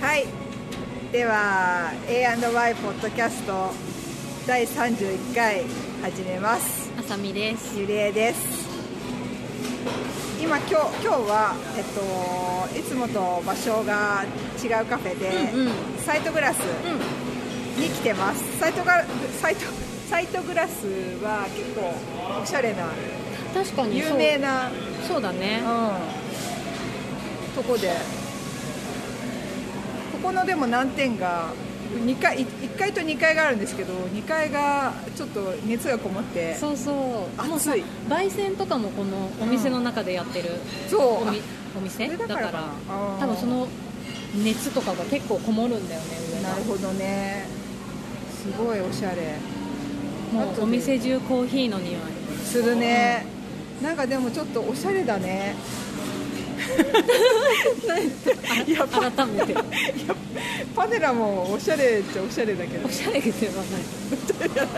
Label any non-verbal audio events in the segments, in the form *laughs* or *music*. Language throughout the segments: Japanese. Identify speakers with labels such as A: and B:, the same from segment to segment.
A: はいでは A&Y ポッドキャスト第31回始めます
B: あさみです。
A: ゆりえです今今日今日は、えっと、いつもと場所が違うカフェで、
B: うんうん
A: サイトグラスに来てますサイトがサイトサイトグラスは結構おしゃれな
B: 確かに
A: 有
B: そう
A: 名な、うん、
B: そうだね。
A: とこでここのでも難点が2階1階と2階があるんですけど2階がちょっと熱がこもって
B: そうそう。もうさ
A: 暑い、
B: 焙煎とかもこのお店の中でやってる
A: そう
B: おみ
A: あ
B: お店
A: それ
B: だ
A: だか
B: か
A: ら
B: ら
A: かなあー
B: 多分その熱とかが結構こもるんだよね上が
A: なるほどねすごいおしゃれ
B: も
A: あ
B: う
A: と
B: お
A: ね
B: 店中コーヒーの匂い
A: するねなんかでもちょっとおしゃれだね
B: あ
A: やっぱ
B: 改めて
A: パネラもおしゃれっちゃおしゃれだけど
B: おしゃれですよね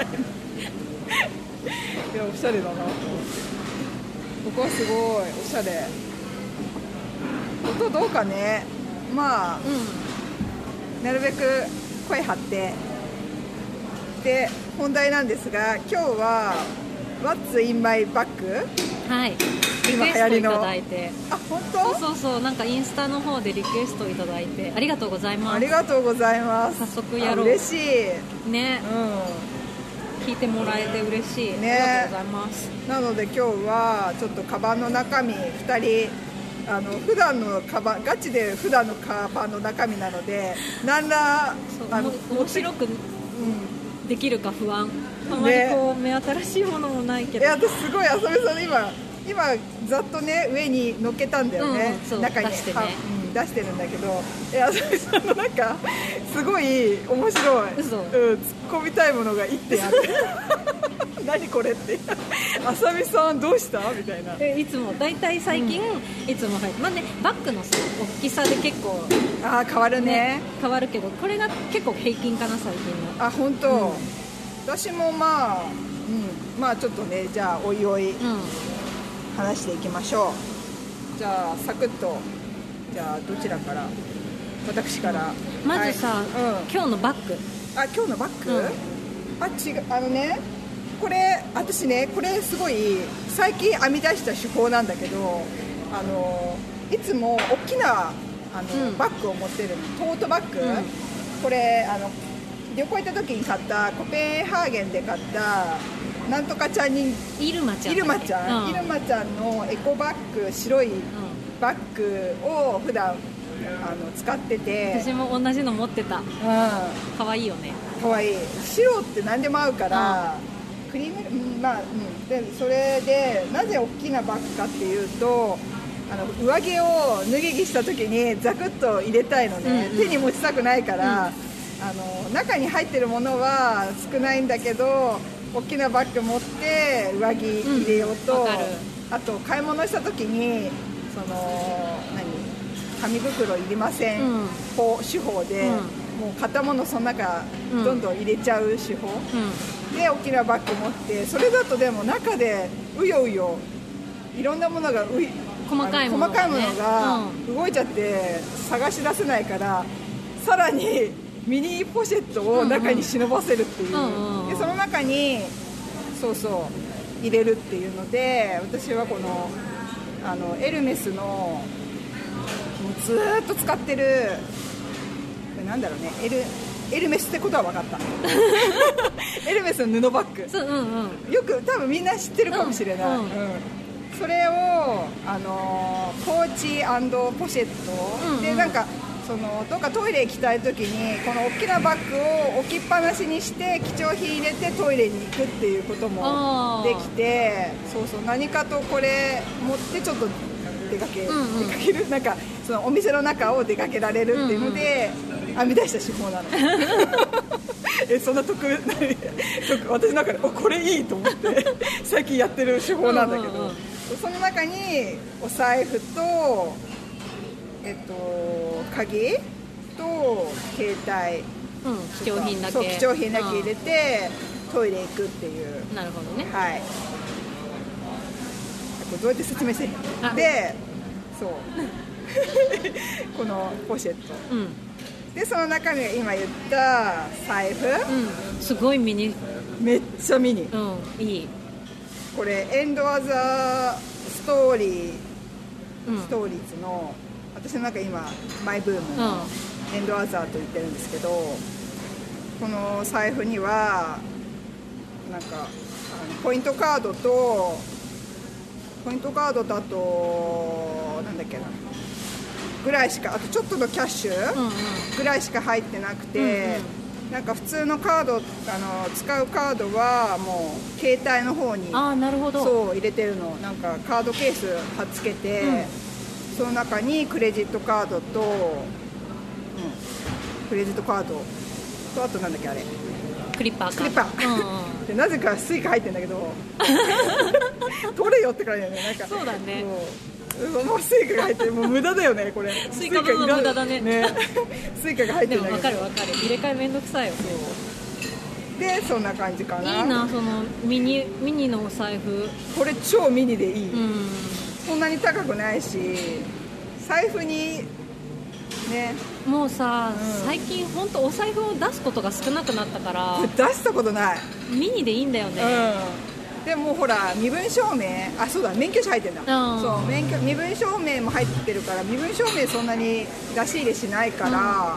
A: いやおしゃれだなと思ってここはすごいおしゃれ音どうかねまあ
B: う
A: なるべく声張ってで本題なんですが今日は「What's in my bag?」
B: んはい
A: 今
B: リク
A: 流行
B: エスト
A: り
B: い
A: の
B: ただいて
A: あ本
B: そう
A: 当
B: そうそうなんかインスタの方でリクエストいただいてありがとうございま
A: あり
B: す
A: がとうございます
B: 早速やろう
A: あ嬉しい、う
B: ね聞いてもらえて嬉しい、
A: ね
B: ありがとうございます
A: ん、なので今日はちょっとカバンの中身2人あの普段のカバンガチで普段のカバンの中身なので何ら
B: そう
A: あの
B: おも面白く
A: う
B: できるか不安あまりこう、目新しいものもないけ
A: ん、い
B: ど
A: や私すごい浅部さん今今ざっとね上に乗っけたんだよね、
B: うんそう
A: 中に
B: 出してね
A: はうん、出してるんだけどいや浅部さんのなんかすごい面白い
B: 嘘
A: うん、突っ込みたいものが一点あって
B: *laughs*
A: 何これって浅部さんどうしたみたいな
B: でいつも大体最近、いつも入ってまあねバッグのさ大きさで結構
A: あー変わるね
B: 変わるけどこれが結構平均かな最近の
A: あ本当、私もまあ、うん、まあちょっとねじゃあおいおい
B: うん
A: 話していきましょうじゃあサクッとじゃあどちらから私から、
B: まずさ、
A: はい
B: 今日のバッグ
A: うん、あ今日のバッグ、
B: うん
A: あ違うあのねこれ私ねこれすごい最近編み出した手法なんだけどあのいつも大きなあの、
B: うん
A: バッグを持ってるトートバッグ、
B: うん
A: これあの旅行行った時に買ったコペンハーゲンで買ったなんとかちゃんに
B: イルマちゃん
A: イルマちゃん、
B: うん
A: イルマちゃんのエコバッグ白い
B: うん
A: バッグを普段あの使ってて
B: 私も同じの持ってた
A: うんか
B: 可愛いよね
A: わいい白って何でも合うから、クリームうんまあうんでそれでなぜ大きなバッグかっていうとあの上着を脱ぎ着した時にザクッと入れたいのね、
B: うんうん
A: 手に持ちたくないから、あの中に入ってるものは少ないんだけど大きなバッグ持って上着入れようと、
B: うんわかる
A: あと買い物した時にその何紙袋いりません、
B: うん
A: 法手法で、
B: うん
A: もう片物その中
B: うん
A: どんどん入れちゃう手法、
B: う
A: で大きなバッグ持ってそれだとでも中でうようよいろんなものがうい
B: 細かいもの
A: あ
B: が
A: 細かいも
B: ね
A: のが動いちゃって探し出せないから、さらにミニポシェットを中に忍ばせるっていう、
B: うんうん
A: でその中にそうそう入れるっていうので私はこのあのエルメスのもうずーっと使ってるこれなんだろうねエルエルメスってことは分かった *laughs* エルメスの布バッグ
B: んそううんうん
A: よく多分みんな知ってるかもしれない、
B: うんうん
A: それを、あのーポーチポシェット、
B: うんうん
A: でなんかそのどっかトイレ行きたい時にこの大きなバッグを置きっぱなしにして貴重品入れてトイレに行くっていうことも
B: あー
A: できてそうそう何かとこれ持ってちょっと出かけ,、
B: うんうん
A: 出かけるなんかそのお店の中を出かけられるっていうので、編み出した手法なの。え *laughs* そんな特特私の中でおこれいいと思って
B: *laughs*
A: 最近やってる手法なんだけど、
B: うんうんうん
A: その中にお財布とえっと鍵と携帯
B: うん貴重品だけ
A: そう貴重品だけ入れて、トイレ行くっていう
B: うんなるほどね
A: はいこれどうやって説明していいの
B: あ
A: でそう *laughs* このポシェット
B: うん
A: でその中身が今言った財布、
B: うんすごいミニ
A: めっちゃミニ
B: うんいい
A: これエンド・ア・ザ・ストーリー、
B: うん
A: ストーリーズの私の中今マイブーム
B: う
A: の
B: ん
A: エンド・アザーと言ってるんですけどこの財布にはなんかあのポイントカードとポイントカードだとなんだっけなぐらいしかあとちょっとのキャッシ
B: うん
A: ュ
B: うん
A: ぐらいしか入ってなくて、なんか普通のカードあの使うカードはもう携帯の方に
B: ああなるほど
A: そう入れてるのなんかカードケース貼っつけて、
B: うん
A: その中にクレジットカードと、うん、クレジットカードとあとなんだっけあれ
B: クリッパーか
A: クリッパー
B: うんうん
A: でなぜかスイカ入ってんだけ
B: *laughs*
A: ど取れよってからだよねなんか
B: そうだね
A: もうもうスイカが入ってもう無駄だよねこれ
B: スイカの
A: いら
B: 無駄だね
A: スイカが入って
B: で
A: るん
B: も
A: だけ
B: 分
A: ど
B: かる分かる入れ替えめんどくさいよね
A: そうでそんな感じか
B: いいなそのミニミニのお財布
A: これ超ミニでいい、
B: うん
A: そんなに高くないし財布にね
B: もうさ、
A: うん
B: 最近本当お財布を出すことが少なくなったから
A: 出したことない、
B: ミニでいいんだよね、
A: うん、でもほら身分証明あそうだ免許証入ってんだ、
B: うん
A: そう免許身分証明も入ってるから身分証明そんなに出し入れしないから、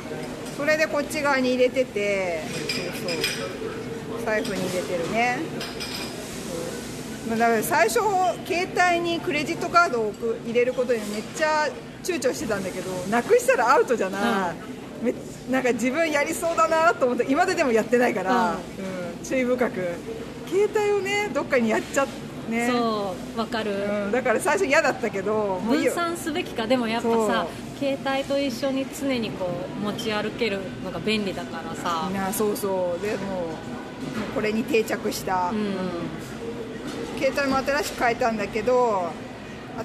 A: それでこっち側に入れててそうそう財布に入れてるねそうだから最初携帯にクレジットカードを置く入れることにめっちゃ躊躇してたんだけどなくしたらアウトじゃない、めっなんか自分やりそうだなと思って今まででもやってないから、うん注意深く携帯をねどっかにやっちゃってね
B: そう分かる、
A: うん、だから最初嫌だったけどもういい
B: 分
A: よ
B: 散すべきかでもやっぱさ携帯と一緒に常にこう持ち歩けるのが便利だからさ
A: なそうそうでもうもうこれに定着した、
B: うん
A: 携帯も新しく変えたんだけど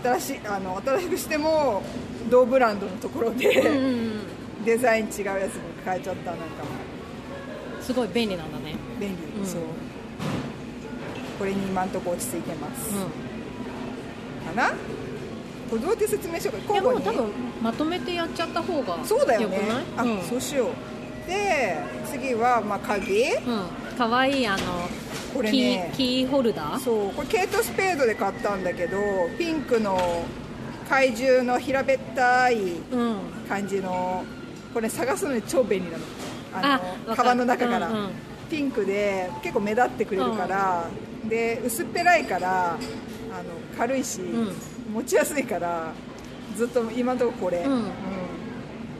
A: 新しいあの新しくしても同ブランドのところで、
B: うんうんうん
A: デザイン違うやつに変えちゃったなんか
B: すごい便利なんだね
A: 便利、
B: うん
A: そうこれに今んとこ落ち着いてます、か
B: う
A: なこれどうやって説明しようか
B: んいや
A: 交
B: も
A: 互に
B: う多分まとめてやっちゃった方が
A: そうだよね
B: くない
A: あ、
B: うん
A: そうしようで次は、まあ、鍵
B: うん、かわいいあの
A: これね
B: キーキーホルダー
A: そうこれケイト・スペードで買ったんだけどピンクの怪獣の平べったい
B: うん
A: 感じのこれ探すのに超便利なの
B: あ
A: あの
B: わかる
A: カバンの中から、
B: うんうん
A: ピンクで結構目立ってくれるから、で薄っぺらいからあの軽いし、
B: う
A: 持ちやすいからずっと今のとここれ、
B: うん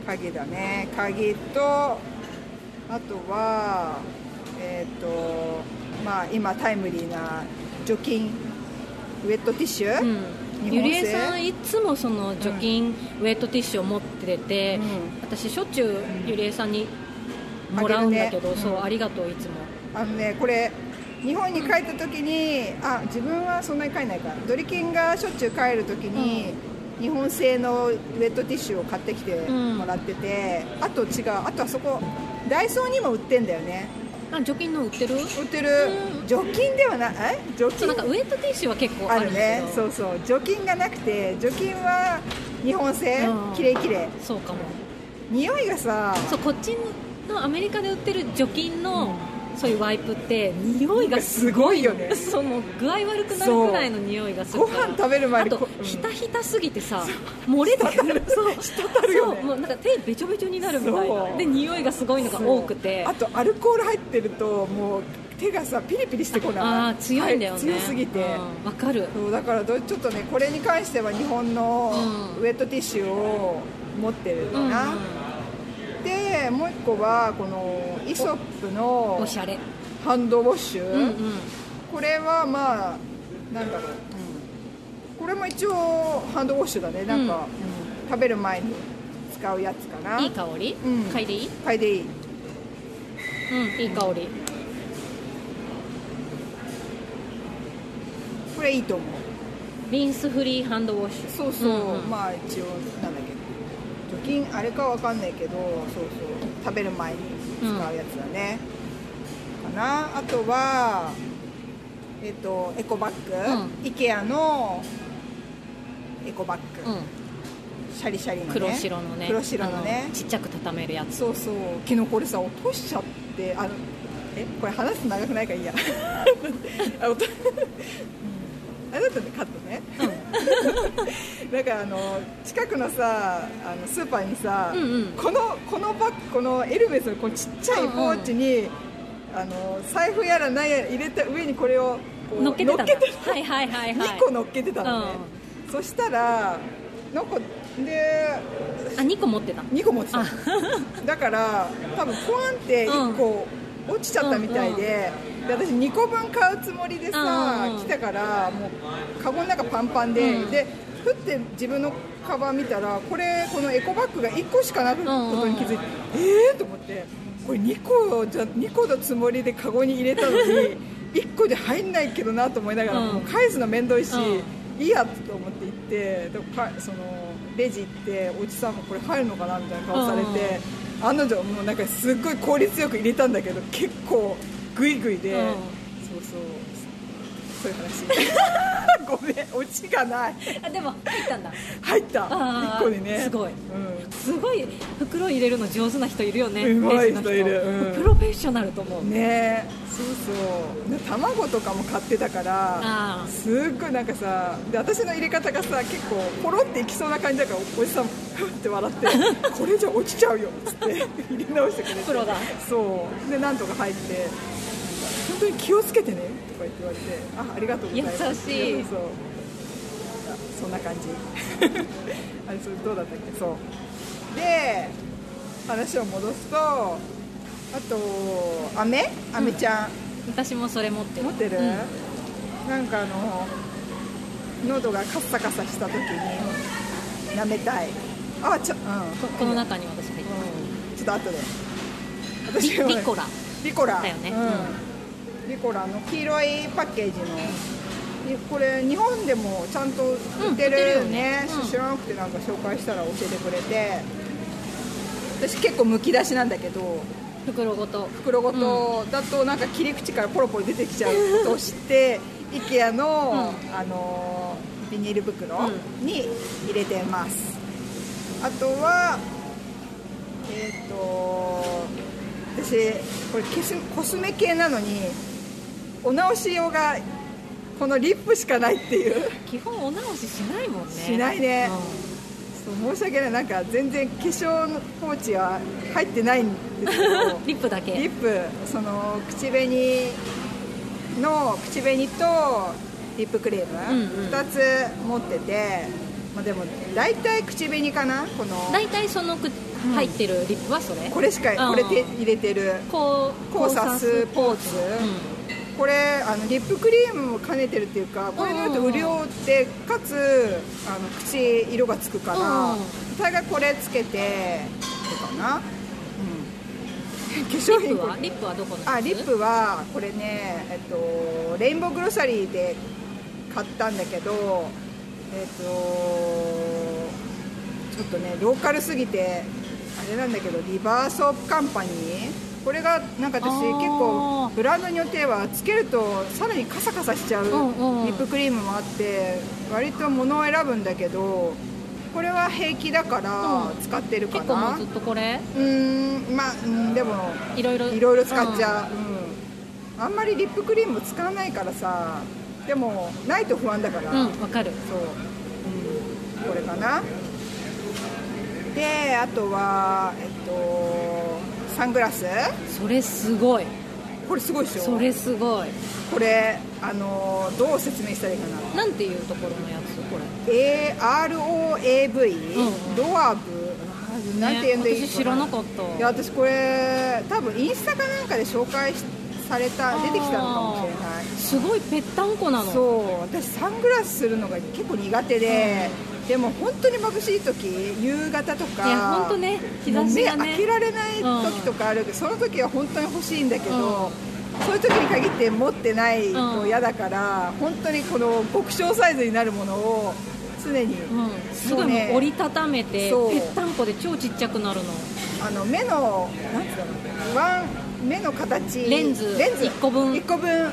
A: 鍵だね鍵とあとはえっ、とまあ今タイムリーな除菌ウェットティッシュ、
B: うん
A: 日
B: ゆ
A: 本製
B: りえさんいつもその除菌、ウェットティッシュを持ってて、
A: うん
B: 私しょっちゅうゆりえさん
A: ん
B: にもらうんだけ
A: あげ
B: ど、
A: るね
B: そううんありがとういつも
A: あのねこれ日本に帰った時にあ自分はそんなに帰んないからドリキンがしょっちゅう帰る時に、日本製のウェットティッシュを買ってきて
B: うん
A: もらってて、あと違うあとあそこダイソーにも売ってんだよね
B: あ除菌の売ってる
A: 売ってる、
B: うん
A: 除菌ではないえ除
B: そう
A: 菌
B: なんかウェットティッシュは結構
A: あ
B: ある
A: る
B: んだ
A: ね
B: けど
A: そうそう除菌がなくて除菌は日本製
B: うん
A: きれいきれい
B: そうかも
A: 匂いがさ
B: そうこっちのアメリカで売ってる除菌の、そういうワイプって匂いがすごい
A: なんかす
B: そうもう具合悪くなるくらいの匂いがする
A: ご
B: から
A: 飯食べる前
B: あ
A: に
B: と
A: こうん
B: ひたひたすぎてさ漏れてくるそう
A: るよね
B: そうもうなんか手べちょべちょになるみたい
A: そ
B: な
A: う
B: で匂いがすごいのが多くて
A: そうあとアルコール入ってるともう手がさピリピリしてこない
B: ああ強いんだよね、
A: は強すぎて、
B: うんわかる
A: そうだからどちょっとねこれに関しては日本の
B: うん
A: ウェットティッシュを持ってる
B: うん
A: のな、でもう一個はこのイソップの
B: おしゃれ
A: ハンドウォッシュ、
B: うんうん
A: これはまあなんだろう、うんこれも一応ハンドウォッシュだねなんか、うん食べる前に使うやつかない
B: い香り、
A: うん
B: 嗅いでいい
A: 嗅いでいい
B: うんいい香り
A: これいいと思う
B: リンスフリーハンドウォッシュ
A: そうそう、
B: んん
A: まあ一応なんだっけ除菌あれかわかんないけどそうそう食べる前に使うやつだね、かなあとはえっとエコバッグ、
B: う
A: IKEA のエコバッグ、
B: う
A: シャリシャリの、
B: ん、
A: ね、
B: 黒白のね
A: 黒白のね
B: あちっちゃく畳めるやつ
A: そうそう昨日これさ落としちゃってあのえこれ話すと長くないからい
B: *laughs*
A: いやあ落とあなたねカットね、 *laughs* なんかあの近くのさあのスーパーにさ、
B: うんうん
A: このこのバッグこのエルメスのこうちっちゃいポーチに、あの財布やら何やら入れた上にこれをこう
B: 乗っけてたん
A: 乗
B: だ
A: っけて
B: はいはいはいはい
A: 2個乗っけてたのね、そしたらなんかで
B: あ2個持ってた
A: 2個持ってた
B: あ
A: だから多分ポワンって1個落ちちゃったみたいで,、で私2個分買うつもりでさ、
B: うんうんうん
A: 来たからもうカゴの中パンパンで、
B: うん
A: でふって自分のカバン見たらこれこのエコバッグが1個しかなくことに気づいて、えーと思ってこれ2個じゃ2個のつもりでカゴに入れたのに1
B: *laughs*
A: 個じゃ入んないけどなと思いながら、
B: うん
A: もう返すの面倒いし、
B: う
A: いいやと思って行ってでかそのレジ行っておじさんもこれ入るのかなみたいな顔されて、案の定もうなんかすっごい効率よく入れたんだけど結構グイグイで、
B: うん
A: そうそうそういう話 *laughs* ごめんオチがない
B: あでも入ったんだ
A: 入った
B: あー
A: 1個にね
B: すごい
A: うん
B: すごい袋入れるの上手な人いるよね
A: うまい
B: レジの
A: 人いるうん
B: プロフェッショナルと思う、
A: ねそうそうで卵とかも買ってたから
B: あー
A: すっごいなんかさで私の入れ方がさ結構ポロっていきそうな感じだからおじさんふって笑っ
B: *laughs*
A: てこれじゃ落ちちゃうよっつって入れ直してくれて
B: プロだ
A: そうでなんとか入って本当に気をつけてねとか言って言われてあありがとうございます
B: 優しい
A: そうそうそんな感じ *laughs* あれそれどうだったっけそうで話を戻すとあとアメアメちゃん、
B: 私もそれ持ってる
A: 持ってる、
B: うん
A: なんかあの喉がカッサカサした時に舐めたいあちょ,、うん、
B: ここの中に私入ってま
A: うん、ちょっと後で
B: す
A: 私
B: リリコラ
A: リコラ
B: だよね
A: うん、リコラの黄色いパッケージのいこれ日本でもちゃんと売ってるよね,、
B: うん売ってるよねうん
A: 知らなくてなんか紹介したら教えてくれて私結構むき出しなんだけど
B: 袋ごと
A: 袋ごとだとなんか切り口からポロポロ出てきちゃうとして IKEA の、あのービニール袋に入れてます、あとはえっ、と私これ消すコスメ系なのにお直し用がこのリップしかないっていう
B: 基本お直ししないもんね
A: しないね
B: う
A: そう申し訳ないなんか全然化粧のポーチは入ってないんですけど
B: んリップだけ
A: リップその口紅の口紅とリップクレー
B: うん
A: ム
B: うん
A: 2つ持ってて、まあ、でも大体口紅かなこの
B: 大体そのく入ってるリップはそれ、
A: これしか
B: あー
A: これで入れてる
B: こう
A: 交差すポーツ、
B: う
A: これあのリップクリームも兼ねてるっていうかこれによって潤ってかつあの口色がつくから
B: うん
A: 大概これつけてどうかな、うん、化粧
B: ん、リッ
A: 品
B: プ
A: これ
B: はリップはどこのやつ
A: あリップはこれね、えっと、レインボーグロサリーで買ったんだけどえっとちょっとねローカルすぎてあれなんだけどリバースオープカンパニーこれがなんか私
B: あ
A: 結
B: ー
A: 構ブランドによってはつけるとさらにカサカサしちゃうリ
B: んうん
A: ップクリームもあって割と物を選ぶんだけどこれは平気だから
B: うん
A: 使ってるか
B: 結構も
A: な
B: うずっとこれ
A: うーんまあうんでも
B: いろいろ
A: いろいろ使っちゃう、うんあんまりリップクリーム使わないからさでもないと不安だから、
B: うんうんわかる
A: そう、うん、これかなであとはえっとサングラス
B: それすごい
A: これすごいでしょ
B: それすごい
A: これあのどう説明したらいいかな
B: なんていうところのやつこれ
A: AROAV、
B: うんうん
A: ドアブあーなんて言うんだいい
B: ね私知らなかった
A: いや私これ多分インスタかなんかで紹介しされた出てきたのかもしれない
B: すごいぺったんこなの
A: そう私サングラスするのが結構苦手で、でも本当に眩しい時夕方とか
B: いや本当ね日差しが
A: もう目開
B: ね
A: けられない時とかあるけど、その時は本当に欲しいんだけど、そういう時に限って持ってないと嫌だから、本当にこの極小サイズになるものを常に、
B: うん、す
A: そ
B: ご
A: う
B: いも
A: ね
B: う折りたためて
A: そう
B: ぺったんこで超ちっちゃくなるの
A: あの目のなんつうのワン目の形
B: レンズ
A: レンズ
B: 一個分
A: 一個分
B: う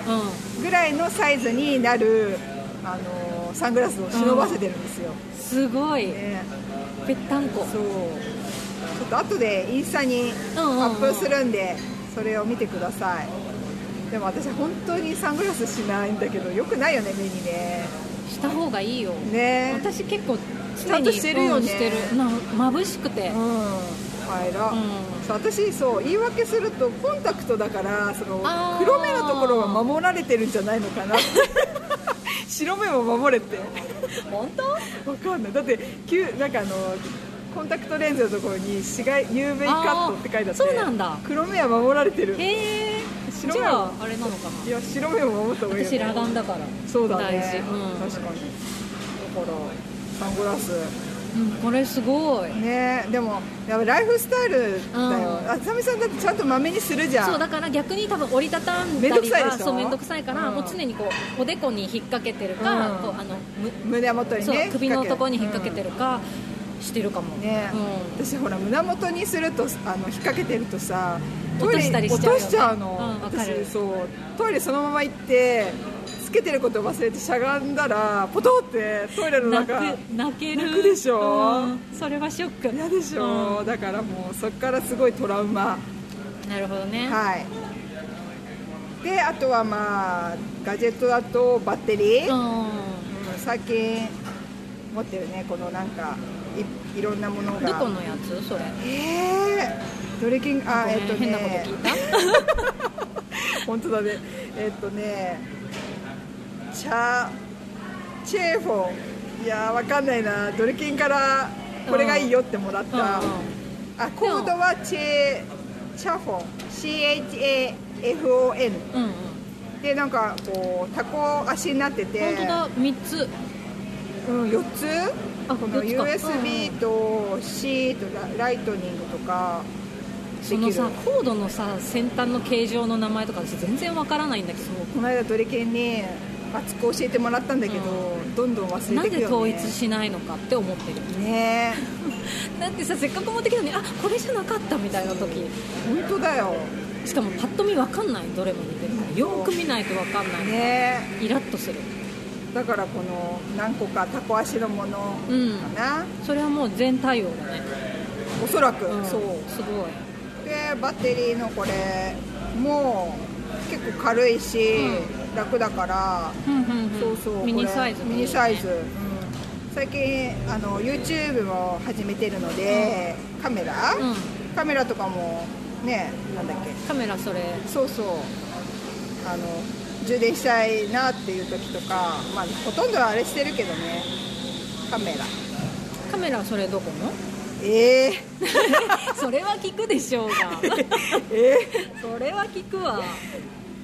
A: ぐらいのサイズになるあのサングラスを忍ばせてるんですよ、
B: すごい
A: ね、
B: ぺったんこ
A: そうちょっと後でインスタにア
B: うんうんうん
A: ップするんで、それを見てくださいでも私本当にサングラスしないんだけどよくないよね目にね
B: した方がいいよ、
A: ね
B: 私結構
A: ちゃ
B: 常
A: んと
B: に
A: してるよね
B: うんしてるな眩しくて、
A: うんはいら、
B: うん
A: そう私そう言い訳するとコンタクトだからその
B: あー
A: 黒目のところは守られてるんじゃないのか
B: *laughs*
A: なって白目も守れて
B: 本当
A: わかんないだってきゅうなんかあのコンタクトレンズのところに紫外 UV カットって書いてあって
B: あーそうなんだ
A: 黒目は守られてる
B: へえじ
A: 白目
B: ゃああれなのか
A: い
B: な
A: や白目も守った方がいいよ、
B: 私
A: ね、
B: 裸眼だから
A: そうだね
B: 大事、
A: 確かにだからサングラス
B: うんうん、これすごい
A: ねでもやっぱライフスタイルだよ、
B: うん
A: あさみさんだってちゃんとまめにするじゃん
B: そうだから逆に多分折りたたん
A: めんど
B: だ
A: く
B: り
A: さいで
B: は
A: しょ
B: そう面倒くさいから、
A: うん
B: もう常にこうおでこに引っ掛けてるか、
A: うん
B: こうあのむ
A: 胸元に
B: そう
A: ね
B: 首のとこに引っ掛けて
A: る、
B: るか、してるかも、
A: うんね、私ほら胸元にするとあの引っ掛けてるとさ
B: 落としたりしちゃうよ
A: 落
B: ね
A: としちゃうの、
B: うんわかる
A: 私そうトイレそのまま行ってつけてることを忘れてしゃがんだらポトってトイレの
B: う
A: *laughs*
B: ん、泣く
A: 中
B: 泣ける
A: 泣くでしょ
B: うんそれはショック
A: 嫌でしょ、だからもうそっからすごいトラウマ
B: うんなるほどね、
A: はいであとはまあガジェットだとバッテリー、
B: う
A: うん
B: ん
A: 最近持ってるねこのなんかいいろんなものが
B: どこのやつそれ
A: えー、ドレキンあえっと
B: ごめん変なこと
A: ね
B: 聞いた
A: *laughs* 本当だねえっとねチャチェーフォンいやーわかんないなドレキンからこれがいいよってもらった、
B: うん
A: あコードはチェチャフォン CHAFON
B: うんうん
A: でなんかこうタコ足になってて
B: 本当だ3つ
A: うん、4つ
B: あ
A: この
B: 四つかうん
A: USB と C とラライトニングとか
B: そ
A: でき
B: の
A: る
B: さコードのさ先端の形状の名前とか私全然わからないんだけど
A: この間ドリケンに熱く教えてもらったんだけど、どんどん忘れ
B: な
A: て
B: ん
A: くよね
B: で統一しないのかって思ってる
A: ね
B: だってさせっかく持ってきたのにあこれじゃなかったみたいな時
A: え本当だよ
B: しかもパッと見わかんないどれも似てるからよく見ないとわかんない、
A: ね
B: イラッとする
A: えだからこの何個かタコ足のものか
B: うん
A: な、
B: それはもう全対応だね、
A: おそらく、
B: ん
A: そう
B: すごい
A: でバッテリーのこれも結構軽いし、
B: う
A: 楽だから
B: うんうんん
A: そうそう
B: ミ
A: こ
B: ニ
A: れ
B: サイズ
A: ミニサイズ、
B: ね
A: うん最近あの YouTube も始めてるので、カメラ、
B: うん
A: カメラとかもねなんだっけ
B: カメラそれ
A: そうそうあの充電したいなっていう時とか、まあ、ほとんどはあれしてるけどねカメラ
B: カメラそれどこの
A: えー、
B: *laughs* それは聞くでしょうが
A: え
B: *laughs* それは聞くわ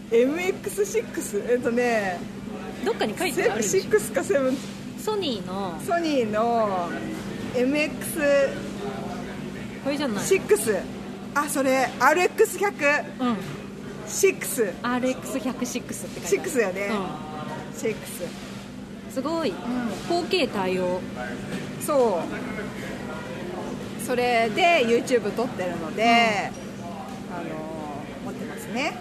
A: ー、MX6 えっとね
B: どっかに書いてあるで *laughs* しょ
A: 6か7
B: ソニーの
A: ソニーの MX6
B: これじゃない、
A: あそれ RX100
B: うん、
A: 6
B: RX106 って書いてある
A: 6だよね
B: う
A: 6
B: んすごい
A: ん
B: 4K 対応
A: そうそれで YouTube 撮ってるので、あの持ってますね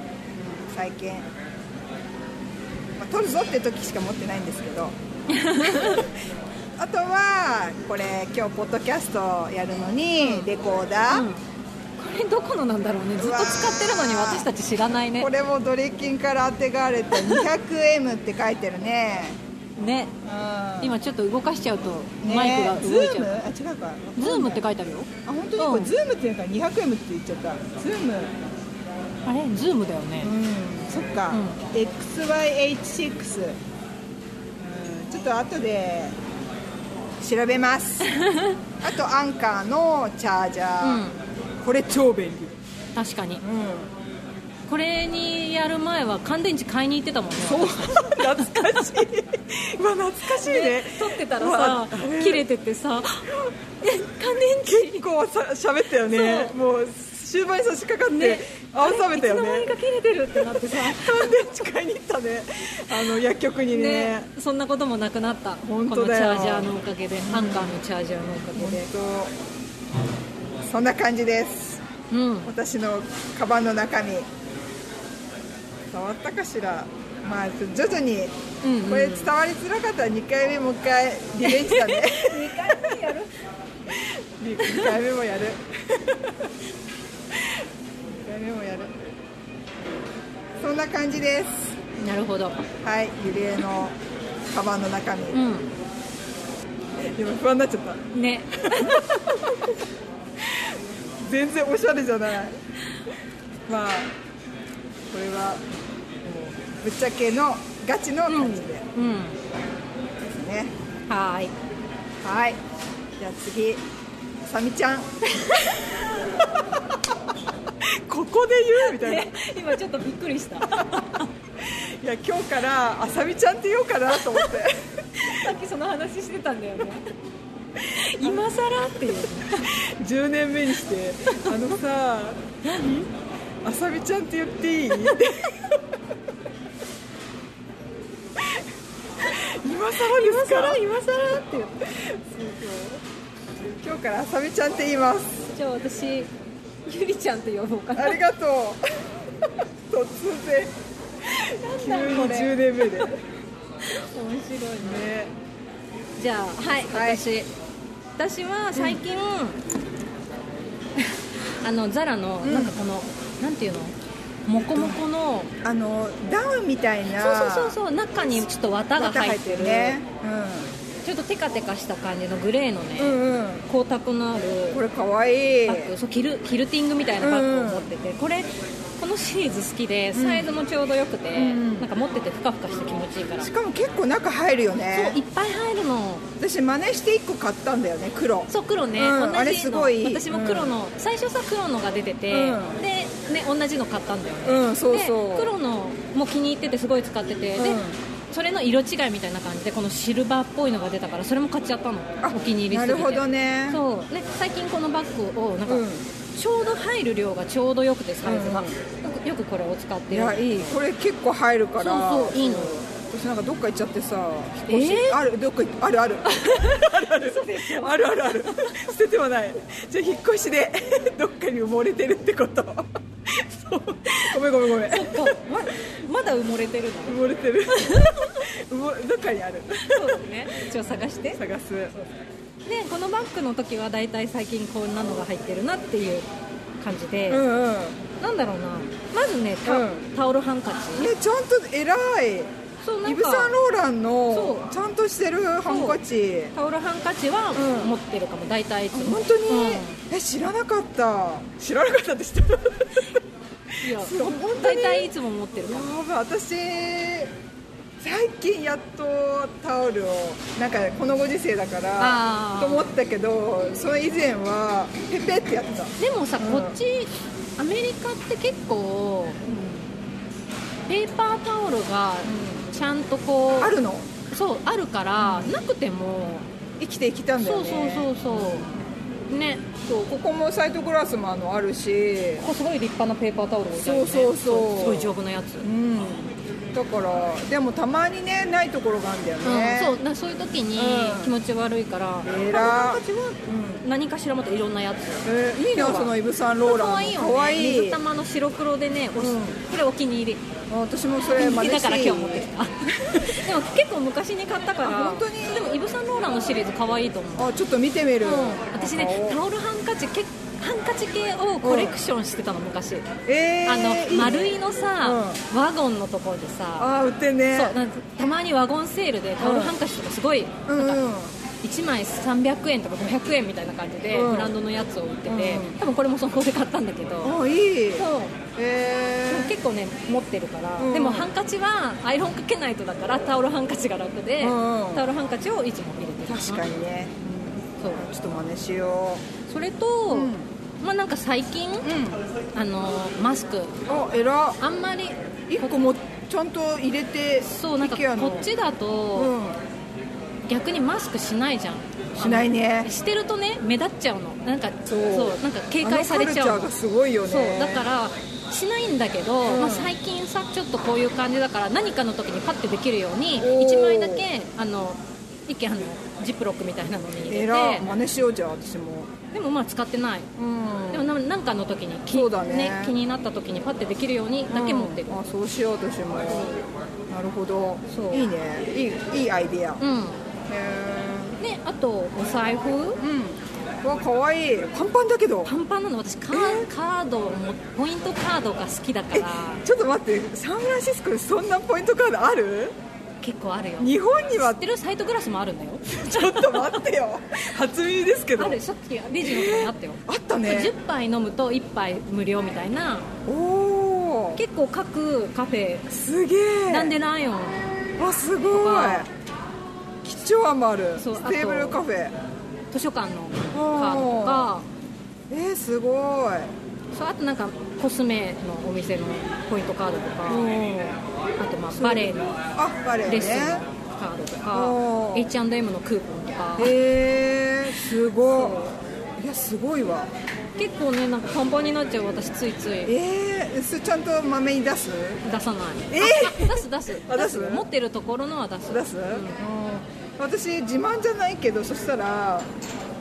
A: 最近、まあ撮るぞって時しか持ってないんですけ
B: *laughs*
A: どあとはこれ今日ポッドキャストやるのにレコーダー、
B: うんこれどこのなんだろうねずっと使ってるのに私たち知らないね
A: これもドリキンからあてがわれて 200M って書いてるね、
B: ね
A: うん
B: 今ちょっと動かしちゃうと
A: ね
B: マイクが動いちゃう、
A: ズームあ違うか
B: ズームって書いてあるよ
A: あ本当にこれ
B: うん
A: ズームって言うから 200M って言っちゃったズーム
B: あれズームだよね、
A: うんそっか、
B: うん
A: XYH6、うん、ちょっと後で調べます
B: *laughs*
A: あとアンカーのチャージャー、
B: うん
A: これ超便利
B: 確かに
A: うん
B: これにやる前は乾電池買いに行ってたもんね
A: そう懐かしいうわ懐かしいね
B: ね撮ってた
A: う
B: ら
A: わ
B: さ切れててさえ乾電池
A: 結構さ喋ったよねもう終盤に差し掛かって、
B: ね
A: あ改めたよ *laughs*
B: あれいつの間に
A: ね
B: か切れてるってなってさ
A: 乾電池買いに行ったねあの薬局にね
B: ね、そんなこともなくなった
A: 本当だよ
B: このチャージャーのおかげで、アンカーのチャージャーのおか
A: 本
B: げで
A: 当そんな感じです
B: うん
A: 私のカバンの中身触ったかしらまあ徐々に
B: うんうん
A: これ伝わりづらかったら2回目もう一回リベンジだね
B: 2回目やる
A: 2回目もやる2回目もやるそんな感じです
B: なるほど
A: はいゆりえのカバンの中身
B: う
A: 今不安になっちゃった
B: んね
A: 全然おしゃれじゃないまあこれはもうぶっちゃけのガチの感じで
B: うん
A: すね、
B: はーい
A: はいじゃあ次あさみちゃんここで言うみたいな、
B: ね今ちょっとびっくりしたさ
A: いや今日からあさみちゃんって言おうかなと思って
B: っきその話してたんだよね *laughs* 今さらっていう
A: 10年目にしてあのさ何あさみちゃんって言っていいって今更ですか
B: 今さらっていう
A: 今日からあさみちゃんって言います
B: じゃあ私ゆりちゃんって呼ぼうかな
A: ありがとう突然急
B: なんだ
A: に
B: これ
A: 10年目でね
B: 面白いねじゃあはい、
A: はい
B: 私私は最近、あのザラの
A: ん
B: なんかこの、なんていうのモコモコの
A: あのダウンみたいな
B: そうそうそうそう中にちょっと綿が入ってる
A: ね、
B: ちょっとテカテカした感じのグレーのね、
A: うん、うんうん
B: 光沢のあ
A: こ
B: る
A: れかわいい
B: バッグそうキルキルティングみたいなバッグを持ってて、これこのシリーズ好きでサイズもちょうどよくて、
A: うん
B: なんか持っててふかふかして気持ちいいから、
A: し
B: そう
A: かも結構中入るよ
B: い
A: ね
B: っぱい入るの
A: 私真似して1個買ったんだよね黒
B: そう黒ね、
A: うん
B: 同じの
A: あれすごい
B: 私も黒の、最初さ黒のが出てて、
A: うん
B: で、ね、同じの買ったんだよね、
A: うんそうそう
B: で黒のも気に入っててすごい使ってて、で
A: うん
B: それの色違いみたいな感じでこのシルバーっぽいのが出たからそれも買っちゃったの
A: あ
B: お気に入りす
A: な
B: ぎて
A: るほどね
B: そうね最近このバッグをなんか、
A: うん
B: ちょうど入る量がちょうどよくてサイズが、
A: うん
B: よくよくこれを使ってる
A: いやいいこれ結構入るから
B: そうそういいの
A: 私なんかどっか行っちゃってさ
B: え
A: 引
B: ー
A: っ越し、あるどっか行っある *laughs* あるあるあるある捨ててはないじゃあ引っ越しで *laughs* どっかに埋もれてるってことそうごめんごめんごめん埋
B: そうままだ埋もれてるの
A: もれてる *laughs* 埋もどっかにある
B: そうだね一応探してで
A: 探す
B: このバッグの時は大体最近こんなのが入ってるなっていう感じで、
A: うんうん
B: なんだろうなまずねタ,、
A: うん
B: タオルハンカチ
A: ねちゃんと偉い
B: そうな
A: イ
B: ん
A: ブ・サン
B: か
A: ローランの
B: そう
A: ちゃんとしてるハンカチ
B: タオルハンカチは
A: うん
B: 持ってるかも、大体いつ
A: あ
B: も
A: 本当に、
B: うん
A: え知らなかった知らなかったって知ってた
B: いや
A: そう本当
B: 大
A: に
B: 体いつも持ってるか
A: や
B: も
A: ばい私最近やっとタオルをなんかこのご時世だから
B: あー
A: と思ったけどそれ以前はペペってやってた、
B: でもさ、
A: うん
B: こっちアメリカって結構ペーパータオルがちゃんとこう
A: あるの
B: そうあるから、なくても
A: 生きてきたんだ
B: そ
A: よ
B: う
A: ね
B: そうそうそうね
A: そうここもサイトグラスもあのあるし
B: ここすごい立派なペーパータオル置いてあるよね
A: そうそうそう
B: すごい丈夫なやつ、
A: う
B: うん
A: んだからでもたまにねないところがあるんだよね、
B: そうなそういう時に
A: うん
B: 気持ち悪いから、
A: え
B: タオルハ
A: ら
B: ンカチは
A: うん
B: 何かしらもっといろんなやつ
A: えーいいな
B: 今日は
A: そのイブ・サンローラン
B: かわいいよね
A: かわいい
B: 水玉の白黒でね、おし
A: うん
B: これお気に入り
A: あ私もそ
B: *laughs*
A: れ真似
B: だ
A: して
B: から今日持ってきたでも結構昔に買ったから
A: あ本当に
B: でもイブ・サンローランのシリーズ可愛いと思う、
A: あちょっと見てみる、
B: うん私ねタオルハンカチけハンカチ系をコレクションしてたの昔、
A: えー、
B: あの
A: ね
B: 丸いのさ、ワゴンのところでさ
A: あー売ってんね
B: そうなんかたまにワゴンセールでタオルハンカチとかすごい、
A: うんうん
B: 1枚300円とか500円みたいな感じで、
A: うん
B: ブランドのやつを売ってて、
A: うん
B: 多分これもそこで買ったんだけど、
A: あいい
B: そう
A: え
B: でも結構ね持ってるから、
A: うん
B: でもハンカチはアイロンかけないとだからタオルハンカチが楽で、
A: うんうん
B: タオルハンカチをいつも入れてるな
A: ー、確かにね
B: そう
A: ちょっと真似しよ
B: それと、
A: うん
B: まあなんか最近、
A: ううん
B: あのマスク
A: あえら
B: あんまり
A: 一個もちゃんと入れて
B: そうなんか
A: IKEA の
B: こっちだ
A: う
B: と、
A: ん
B: 逆にマスクしないじゃん
A: しないね
B: してるとね目立っちゃうのなんか
A: そ
B: そううなんか警戒されちゃうの
A: あのカルチャーがすごいよね
B: そうだからしないんだけど、
A: うん
B: まあ、最近さちょっとこういう感じだから何かの時にパッてできるように
A: おー
B: 1枚だけあの一軒あのジップロックみたいなのに入れ
A: え
B: て
A: ら真似しようじゃあ私も
B: でもまあ使ってない
A: うん
B: でもななんかの時にき
A: そうだね
B: 気になった時にパッてできるようにだけ持ってる、
A: うんあそうしよう私もなんなるほど
B: そう
A: いいねいいいいアイディアへ
B: うん
A: え
B: ねあとお財布
A: うんうわかわいいパンパンだけど
B: パンパンなの私カ,、カードもポイントカードが好きだか
A: え
B: ら
A: ちょっと待ってサンフランシスコにそんなポイントカードある
B: 結構あるよ知
A: 日本には *laughs*
B: ってるサイトグラスもあるんだよ
A: ちょっと待ってよ初耳ですけど
B: あるさっきレジのとこにあったよ
A: あったね
B: 10杯飲むと1杯無料みたいな
A: おお
B: 結構各カフェ
A: すげえ
B: なんでライオン
A: わすごい
B: か
A: 貴重もある
B: そうあと
A: テーブルカフェ
B: 図書館のカードとか
A: えー、すごい
B: そうあとなんかコスメのお店のポイントカードとか
A: うん
B: あとまあバレエの
A: あバレエ
B: レッスンの
A: ね
B: カードと
A: お
B: か
A: ー
B: H&M のクーポンとか
A: へえー、すごいいやすごいわ
B: 結構ねなんかパンパンになっちゃう私ついつい
A: えー、それちゃんと豆に出す
B: 出さない
A: え
B: あ出す出す
A: あ出
B: 出
A: す
B: す持ってるところのは出す
A: 出す、
B: うん
A: 私自慢じゃないけどそしたら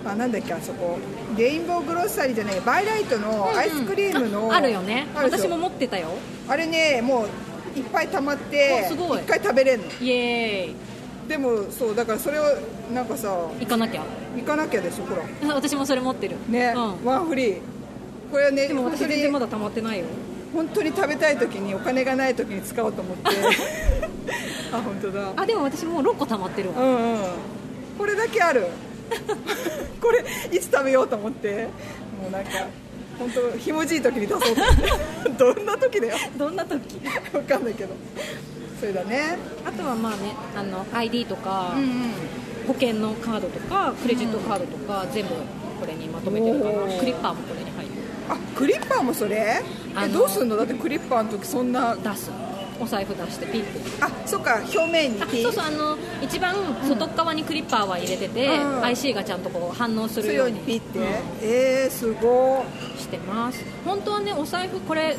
A: あなんだっけあそこレインボーグロッサリーじゃないバイライトのアイスクリームの、
B: ああるよね
A: あるでし
B: 私
A: ょ
B: も持ってたよ
A: あれねもういっぱい溜まって
B: おすごい
A: 一回食べれんの
B: イエーイ
A: でもそうだからそれをなんかさ
B: 行かなきゃ *laughs*
A: 行かなきゃでしょほら
B: 私もそれ持ってる
A: ね、
B: うん
A: ワンフリーこれはね
B: でも
A: 本
B: 私
A: 当
B: 全然ま
A: に
B: だ溜まってないよ
A: 本当に食べたい時にお金がない時に使おうと
B: *laughs*
A: 思ってあ本当だ
B: あでも私もう6個溜まってる
A: う
B: わ
A: んうんこれだけある *laughs* これいつ食べようと思ってもうなんか本当ひもじい時に出そうと思って *laughs* どんな時だよ
B: どんな時
A: 分かんないけどそれだね
B: あとはまあねあの ID とか、
A: ん
B: 保険のカードとかクレジットカードとか、全部これにまとめてるか
A: おー
B: なクリッパーもこれに入ってる
A: あクリッパーもそれ
B: あ
A: え
B: の
A: どうすんのだってクリッパーの時そんな
B: 出すお財布出してピッて
A: あそっか表面に
B: あ
A: ピ
B: そうそう
A: う
B: あの一番外側にクリッパーは入れてて、
A: うん
B: IC がちゃんとこう反応す
A: す
B: る
A: る
B: よ
A: よ
B: う
A: う
B: に
A: にピッて、えー、すご
B: うんしてます本当はねお財布これ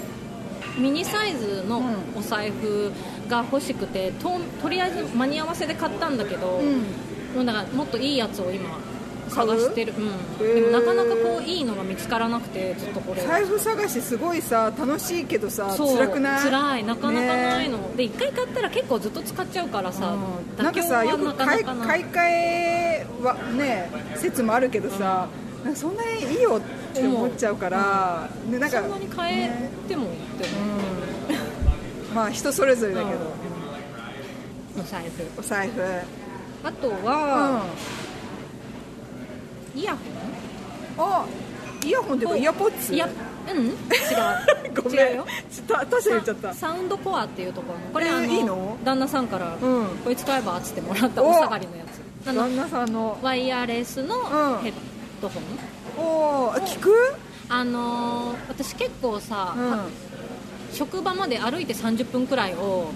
B: ミニサイズの
A: うん
B: お財布が欲しくてととりあえず間に合わせで買ったんだけど、
A: い、
B: もうだからもっといいやつを今
A: 買う
B: 探してる、う
A: へー
B: ん、でもなかなかこういいのが見つからなくてずっとこれ
A: 財布探しすごいさ楽しいけどさ
B: そう
A: 辛くない
B: 辛いなかなかない
A: ね
B: の、で一回買ったら結構ずっと使っちゃうからさ、
A: うんなん
B: 妥
A: か
B: 協
A: さ
B: は
A: よく
B: なか
A: 買
B: ないかな
A: 買い替えはね説もあるけどさ、なんかそんなにいいよって思っちゃうから、でなんか
B: そんなに変え
A: ね
B: てもって思
A: うんまあ人それぞれだけど、
B: うお財布
A: お財布、
B: あと
A: うん
B: は、イヤホン
A: あイヤホンっていうかイヤポッツ
B: いやうん違う
A: *laughs* ごめん
B: 違うよ
A: ちょっと他社言っちゃった
B: ササウンドコアっていうところのこれ、
A: えー
B: あの
A: いいの
B: 旦那さんから、
A: うん
B: これ使えばっつってもらった
A: お
B: お下がりのやつなの
A: 旦那さんの
B: ワイヤレスの
A: うん
B: ヘッドホン、
A: おお聞く、
B: あのー私結構さ、
A: うん
B: 職場まで歩いて30分くらいを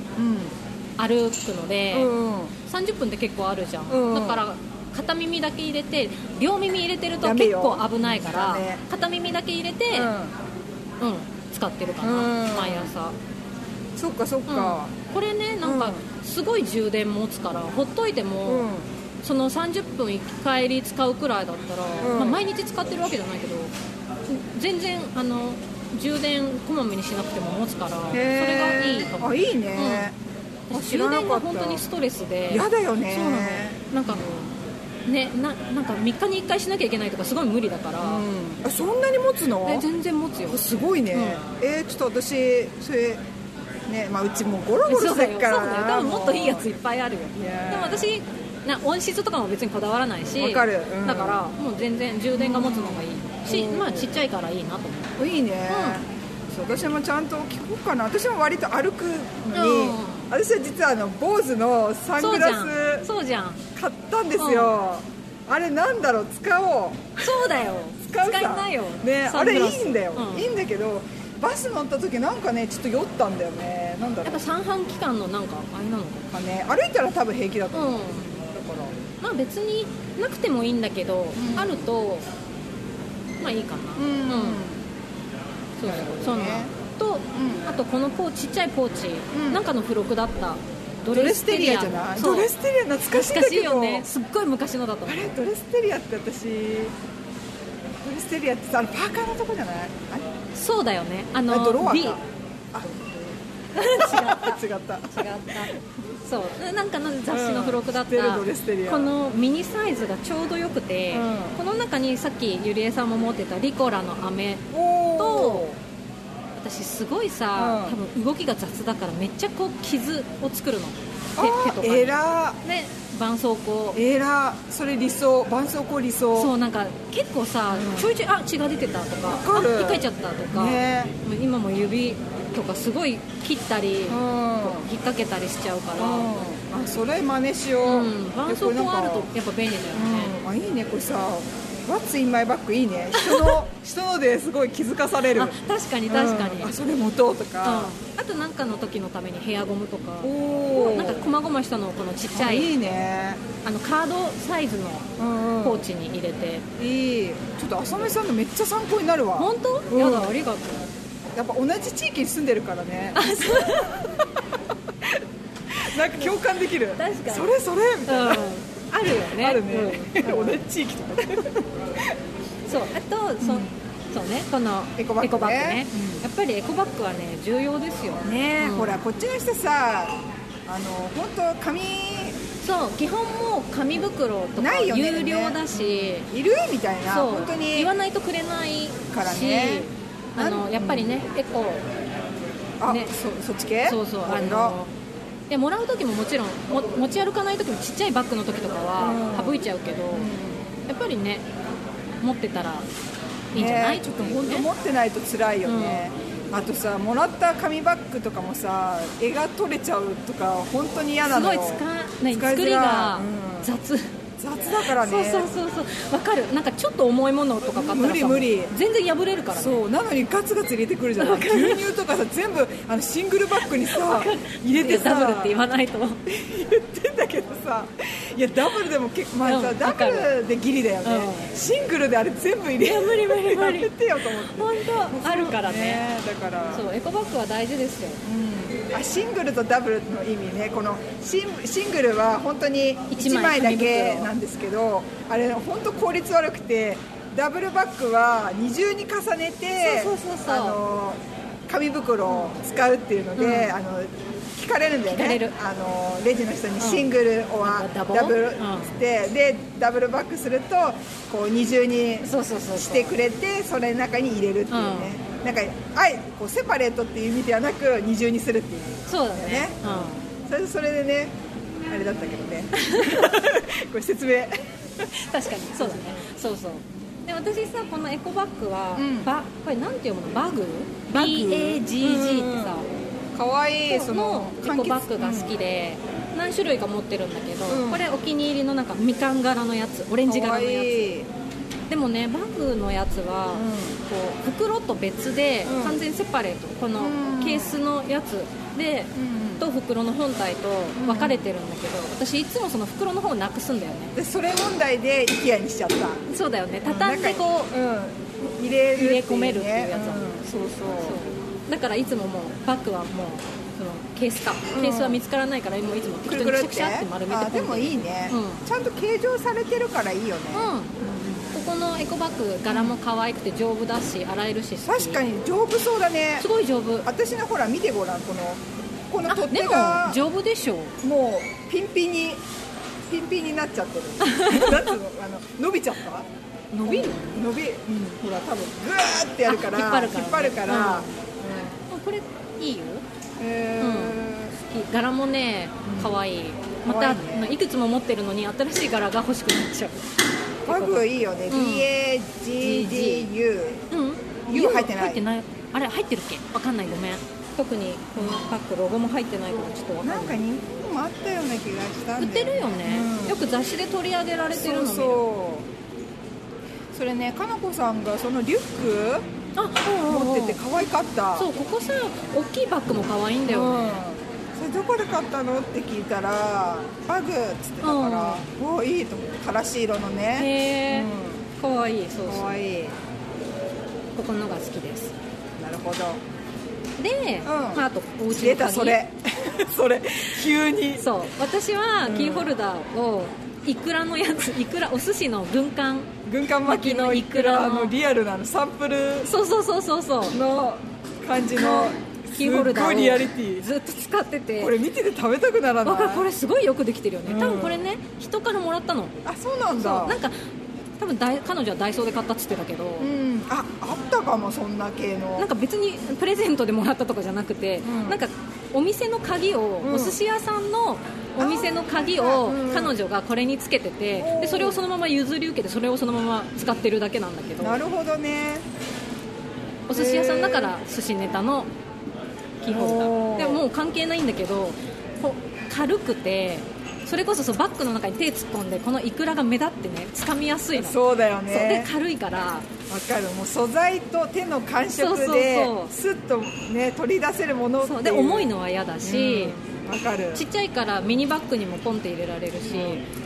B: 歩くので、
A: うんうん
B: 30分って結構あるじゃん、
A: うん
B: だから片耳だけ入れて両耳入れてると
A: ダメ
B: 結
A: よ
B: 構危ないか
A: ダ
B: ら
A: メ
B: 片耳だけ入れて、うん使ってるかな、
A: うん
B: 毎朝、
A: そっかそっ
B: うん
A: か、
B: これねなんかすごい充電持つからほっといて
A: う
B: も、
A: ん
B: その30分行き帰り使うくらいだったら、
A: うん
B: まあ、毎日使ってるわけじゃないけど全然あの充電こまめにしなくても持つからそれがいいかも
A: あいいね、あ知
B: 充
A: らな
B: 電
A: か
B: が
A: った
B: 本当にストレスで
A: やだよね
B: そうなのなんかねななんか3日に1回しなきゃいけないとかすごい無理だから、
A: うんあそんなに持つの
B: え全然持つよ
A: すごいね、えーちょっと私それねまあうちもうゴロゴロ
B: そう
A: し
B: だ
A: て
B: よ
A: っ
B: そう
A: か
B: だよ
A: らな
B: 多分もっといいやついっぱいあるよ
A: いやー
B: でも私な音質とかも別にこだわらないし
A: わかるうん
B: だからもう全然充電が持つのがいいし、
A: うん
B: まあちっちゃいからいいなと思って
A: もういいね、そう私もちゃんと聞こうかな私も割と歩くのに、
B: うん
A: 私は実はあの坊主のサン
B: そ
A: グ
B: うじ
A: ラ
B: ゃん
A: ス
B: そうじゃん
A: 買ったんですよ、あれなんだろう使おう
B: そうだよ
A: 使うさ
B: いないよ
A: ね
B: サ
A: あ
B: ング
A: れい
B: ラ
A: い
B: ス
A: んだよ、
B: うん
A: いいんだけどバス乗った時なんかねちょっと酔ったんだよねなんだ
B: や
A: ろ
B: っ
A: う
B: ぱ三半期間のなんかあれなの
A: まあね歩いたら多分平気だと
B: か
A: 思う、
B: うん
A: だから
B: まあ別になくてもいいんだけど、
A: ん
B: あるとまあいいかなそう
A: なるほどね
B: そうそうなのと、
A: ん
B: あとこのポーチちっちゃいポーチ、
A: うん
B: なんかの付録だったド
A: ドレステリアじゃない
B: そう
A: ドレステリア懐かしいんだ
B: 懐かし
A: け
B: い
A: ど
B: よねすっごい昔のだと
A: あ
B: 思う
A: れドレステリアって私ドレステリアってさあのパーカーのとこじゃないあれ
B: *laughs* そうだよねあ
A: あ
B: の
A: ドロワー
B: B
A: かあ違った
B: 違ったそうなんかの雑誌の付録だった、
A: うんステルドレステリア
B: このミニサイズがちょうどよくて、
A: うん
B: この中にさっきゆりえさんも持ってたリコラの飴
A: お
B: と私すごいさ、
A: うん
B: 多分動きが雑だからめっちゃこう傷を作るの手手と
A: あ
B: かに
A: えら
B: で絆創膏
A: えらそれ理想絆創膏理想
B: そうなんか結構さ、
A: うん
B: ちょいちょいあ血が出てたとか
A: かる
B: あかいちゃったとか、
A: ね
B: もう今も指とかすごい切った
A: う
B: り、
A: ん、
B: 引っ掛けたりしちゃうから、
A: あそれ真似しよう、
B: うん、絆創
A: いやこれなん
B: 膏
A: か
B: あるとやっぱ便利だよね、
A: うんあいいねこれさ「What's in my bag」いいね人の人のですごい気づかされる
B: あ確かに確かに、
A: うん
B: うん
A: あそれ持とうとか
B: あ、となんかの時のためにヘアゴムとか
A: おお
B: なんか細々したのをこのちっちゃ
A: い
B: い
A: いね
B: あのカードサイズの
A: うん
B: ポーチに入れて、
A: いいちょっと浅見さんのめっちゃ参考になるわ
B: 本当、
A: ん
B: やだありがとう
A: やっぱ同じ地域に住んでるからね *laughs* なんか共感できる
B: 確かに
A: それそれみたいな、
B: あるよね
A: あるね、
B: うん
A: 同じ地域とか
B: そうあとそ、そうねこの
A: エコバッグね
B: やっぱりエコバッグはね重要ですよ
A: ね
B: うん
A: ほらこっちの人さあの本当紙
B: そう基本もう紙袋とか
A: ないよね
B: 有料だし、
A: いるみたいな
B: そう
A: 本当に
B: 言わないとくれないし
A: からね
B: あ
A: な
B: の
A: ん
B: やっぱりねエコ
A: あ、
B: ね
A: そそっち系
B: そうそう
A: あ
B: あのいやもらう時ももちろんも持ち歩かない時もちっちゃいバッグの時とか
A: う
B: は
A: ん
B: 省いちゃうけど、やっぱりね持ってたらいいんじゃない、
A: ね、ちょっと
B: てい
A: 本
B: う
A: 当
B: ね
A: 持ってないと辛いよね、あとさもらった紙バッグとかもさ絵が取れちゃうとか本当に嫌な
B: す
A: の
B: ごい
A: よ
B: 使
A: 使
B: い
A: いづらい
B: 作りが
A: うん
B: 雑、
A: 雑だからね
B: そうそうそうそうわかるなんかちょっと重いものとか買ったらさ
A: 無理無理
B: 全然破れるからね
A: そうなのにガツガツ入れてくるじゃない牛乳とかさ全部あのシングルバッグにさ入れてさ
B: ダブルって言わないと
A: 言ってんだけどさいやダブルでも結構、まあさ
B: うん
A: ダブルでギリだよね、
B: う
A: シングルであれ全部入れ
B: いや無理無理無理
A: やめてよと思って
B: 本当あるからね
A: だから
B: そうエコバッグは大事ですよ
A: うんあシングルとダブルの意味ねこのシンシングルは本当に
B: 一
A: 1枚だ
B: 枚
A: けなんですけどあれ本当効率悪くてダブルバッグは二重に重ねて
B: そうそうそうそう
A: あの紙袋を使うっていうので、
B: うん
A: あの聞かれるんだよ
B: 聞かれ
A: ね
B: る
A: あのレジの人にシングルは
B: ダボ
A: ダブル
B: う
A: っ
B: ん
A: つって、でダブルバッグするとこう二重に
B: そうそうそうそう
A: してくれてそれの中に入れるっていうね、なんかあえこうセパレートっていう意味ではなく二重にするっていう
B: そうだね
A: ねそれそれでねあれだったけど
B: *laughs*
A: ねこれ説明
B: うん、確かにそうだねそうそうで私さこのエコバッグは、
A: うん
B: バこれなんて読むのバグ
A: バグ
B: BAGG ってさ、
A: かわいい
B: そ
A: そ
B: の
A: の
B: エコバッグが好きで、何種類か持ってるんだけど、
A: うん
B: これお気に入りのなんかみかん柄のやつオレンジ
A: か
B: 柄
A: わ
B: のや
A: いい
B: つでもねバッグのやつは、
A: う
B: こう袋と別で、
A: うん
B: 完全セパレートこの
A: うん
B: ケースのやつで、
A: ん
B: と袋の本体と分かれてるんだけど、私いつもその袋の方なくすんだよね
A: でそれ問題で IKEA にしちゃった
B: そうだよね畳んでこう、
A: 中にうん、入れるってい
B: 入
A: うね
B: れ込めるっていうやつだね
A: んそうそう
B: そうだからいつももうバッグはもうそのケースか、
A: うん
B: ケースは見つからないからもういつも
A: くる
B: 適当
A: くる
B: にく
A: っ
B: してゃくしゃって丸めて
A: あでもいいね、
B: うん
A: ちゃんと計上されてるからいいよね、
B: うん、ここのエコバッグ柄も可愛くて丈夫だし洗えるし好き
A: 確かに丈夫そうだね
B: すごい丈夫
A: 私のほら見てごらんこのこの
B: あ
A: 取っ
B: で
A: 手
B: も
A: が
B: 丈夫でしょう
A: もうピンピンにピンピンになっちゃって
B: *laughs*
A: るなんつうのあの伸びちゃった
B: 伸びる
A: 伸び、ほら多分グーってやるから
B: あ引っ張るからね
A: 引っ張るから
B: うんこれいいよ
A: えー
B: 柄もね可愛いま
A: 可愛
B: た
A: いね
B: あのいくつも持ってるのに新しい柄が欲しくなっちゃう
A: バグいいよね、
B: うん
A: BAGGU
B: うん
A: U 入ってない
B: 入ってないあれ入ってるっけわかんないごめん特にこのバッグロゴも入ってないからちょっとわ
A: なんか
B: かんない
A: 日本にもあったような気がした
B: 売っ
A: んだ
B: てるよね、
A: うん
B: よく雑誌で取り上げられてるの見る
A: そうそうそれねかなこさんがそのリュック
B: あ
A: 持
B: 持
A: ってて可愛かった
B: そうここさ大きいバッグも可愛いんだよね、
A: うん、それどこで買ったのって聞いたらバグっつってたから、おおいいと思ってからし色のね
B: へえ、
A: う
B: 可愛いそうそ
A: かわ
B: う
A: いい
B: ここのが好きです
A: なるほど
B: で、
A: うん
B: まあ、あとおうち
A: 出
B: の
A: た
B: 鍵
A: それ *laughs* それ急に
B: そう私はキーホルダーをいくらのやついくらお寿司の軍艦
A: 軍艦巻きのいく
B: いく
A: ら
B: らの
A: のリアルなのサンプル
B: そうそうそうそうそう
A: の感じの
B: *laughs* キーホルダーを
A: すっごいリアリティ
B: ずっと使ってて
A: これ見てて食べたくならない
B: わかるこれすごいよくできてるよね、
A: うん
B: 多分これね人からもらったの
A: あそうなん
B: そ
A: だ
B: うなんか多分ダイ彼女はダイソーで買ったっつってたけど、
A: うんああったかもそんな系の
B: なんか別にプレゼントでもらったとかじゃなくて、
A: うん
B: なんかお店の鍵を、
A: ん
B: お寿司屋さんのお店の鍵を
A: あーうん
B: 彼女がこれにつけてて、
A: おー
B: でそれをそのまま譲り受けてそれをそのまま使ってるだけなんだけど
A: なるほどね
B: お寿司屋さんだから寿司ネタのキーホルダ
A: お
B: ー
A: ー
B: でももう関係ないんだけどこう軽くてそれこそそうバッグの中に手突っ込んでこのイクラが目立ってね掴みやすいの
A: そうだよ
B: そうで
A: ね
B: 軽いから
A: わかるもう素材と手の感触
B: そう
A: で
B: そうそう
A: スッとね取り出せるものってい
B: そう
A: う
B: で重いのは嫌だし、
A: うんわかる
B: ちっちゃいからミニバッグにもポンって入れられるし、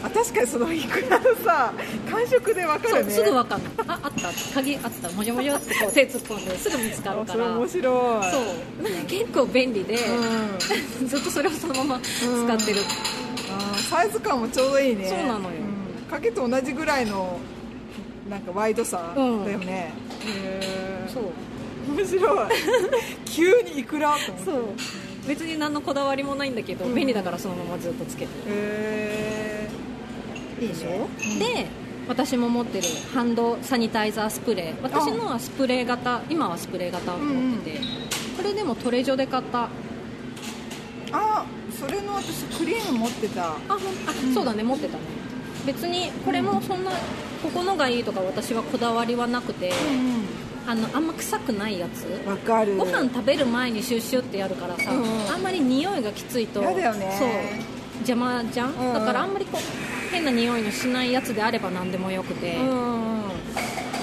A: あ確かにそのいくらのさ感触でわか
B: そ
A: る
B: う
A: ね
B: すぐ分かんないああった鍵あったもじゃもじゃってこう手突っ込んですぐ見つかる
A: あ
B: か
A: それ
B: ら
A: 面白い
B: そう *laughs* なんか結構便利で、
A: うん、
B: *laughs* ずっとそれをそのまま使ってる、
A: あーサイズ感もちょうどいいね
B: そうなのよ
A: んかけと同じぐらいのなんかワイドさだよ
B: うん
A: ね、へ
B: そう
A: ー面
B: *laughs*
A: 白い急にいくらと思って
B: そう別に何のこだわりもないんだけど、
A: うん
B: 便利だからそのままずっとつけて
A: へーいいでしょ
B: る、で私も持ってるハンドサニタイザースプレー私のはスプレー型今はスプレー型を持ってて、これでもトレジョで買った
A: あそれの私クリーム持ってた
B: あほんあ、そうだね持ってたね別にこれもそんな、ここのがいいとか私はこだわりはなくて、あのあんま臭くないやつ
A: わ、かる
B: ご飯食べる前にシュッシュってやるからさ、
A: うんうん
B: あんまり匂いがきついと
A: やだよね
B: そう邪魔じゃん、
A: うんうん
B: だからあんまりこう変な匂いのしないやつであれば何でもよくて、
A: うんうんうん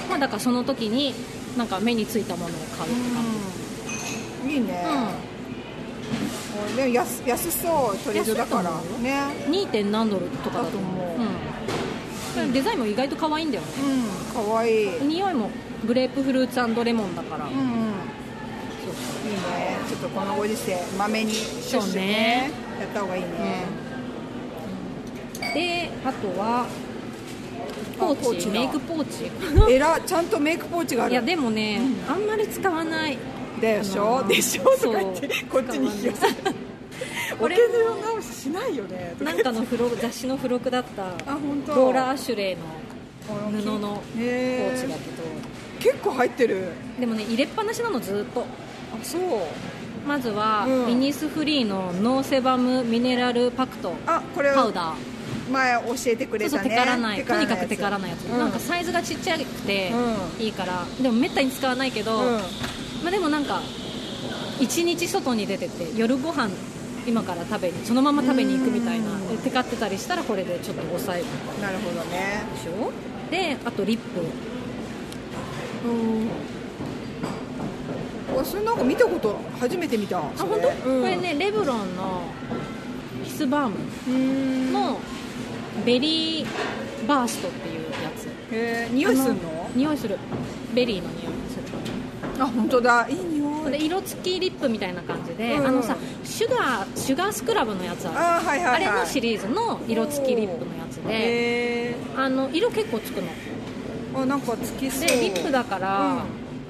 B: まあ、だからその時になんか目についたものを買うって感
A: うん
B: じ
A: いいね、おでも安安そうトレジョだから
B: 安いと思う
A: ね
B: 2. 点何ドルとかだ
A: だと
B: と思う
A: 思う
B: うん、デザインも意外と可愛いんだよね
A: うんかわいい、うんうん、いいね
B: 匂いもグレープフルーツレモンだから、そうそう
A: ちょっとこのご時世まめにシュッシュねやった方がいいね、
B: であとはポ
A: あポ
B: ー
A: ーチ
B: チ
A: だ
B: メイクポーチ
A: えらちゃんとメイクポーチがあ
B: いや
A: る
B: でもね、あんまり使わない
A: でし
B: あ
A: ょ
B: の
A: でしょ
B: そ
A: と
B: う
A: か言ってこっちに引き寄せてお
B: 俺
A: けのよ直ししないよねとか
B: なんかの付録雑誌の付録だった
A: あ本当
B: ローラ・アシュレイの布のポ
A: へ
B: ーチだけど、
A: 結構入ってる
B: でもね入れっぱなしなのずっと
A: あそう
B: まずは、
A: うん
B: ミニスフリーのノーセバムミネラルパクト
A: あこれ
B: パウダー
A: 前教えてく
B: そ
A: れ
B: うそう
A: た
B: テ
A: ね
B: カらないとにかくテカらないやつ、
A: うん
B: なんかサイズがちっちゃくて
A: う
B: いいから、でもめったに使わないけど、
A: うん
B: まあ、でもなんか一日外に出てて夜ご飯今から食べにそのまま食べに行くみたいな
A: うん
B: でテカってたりしたらこれでちょっと抑えるで
A: なるほどね
B: しょであとリップ
A: うんそれなんか見たこと初めて見たあ
B: あ本当、これねレブロンのキスバーム
A: うん
B: のベリーバーストっていうやつ
A: へー匂いすんの
B: あ匂いするベリーの匂いがする
A: あ本当だいい匂い
B: で色付きリップみたいな感じで、
A: うん
B: あのさシュガーシュガースクラブのやつある
A: あはいはいはい
B: あれのシリーズの色付きリップのやつで
A: へ
B: あの色結構つくの
A: ーあなんかつきそう
B: でリップだから、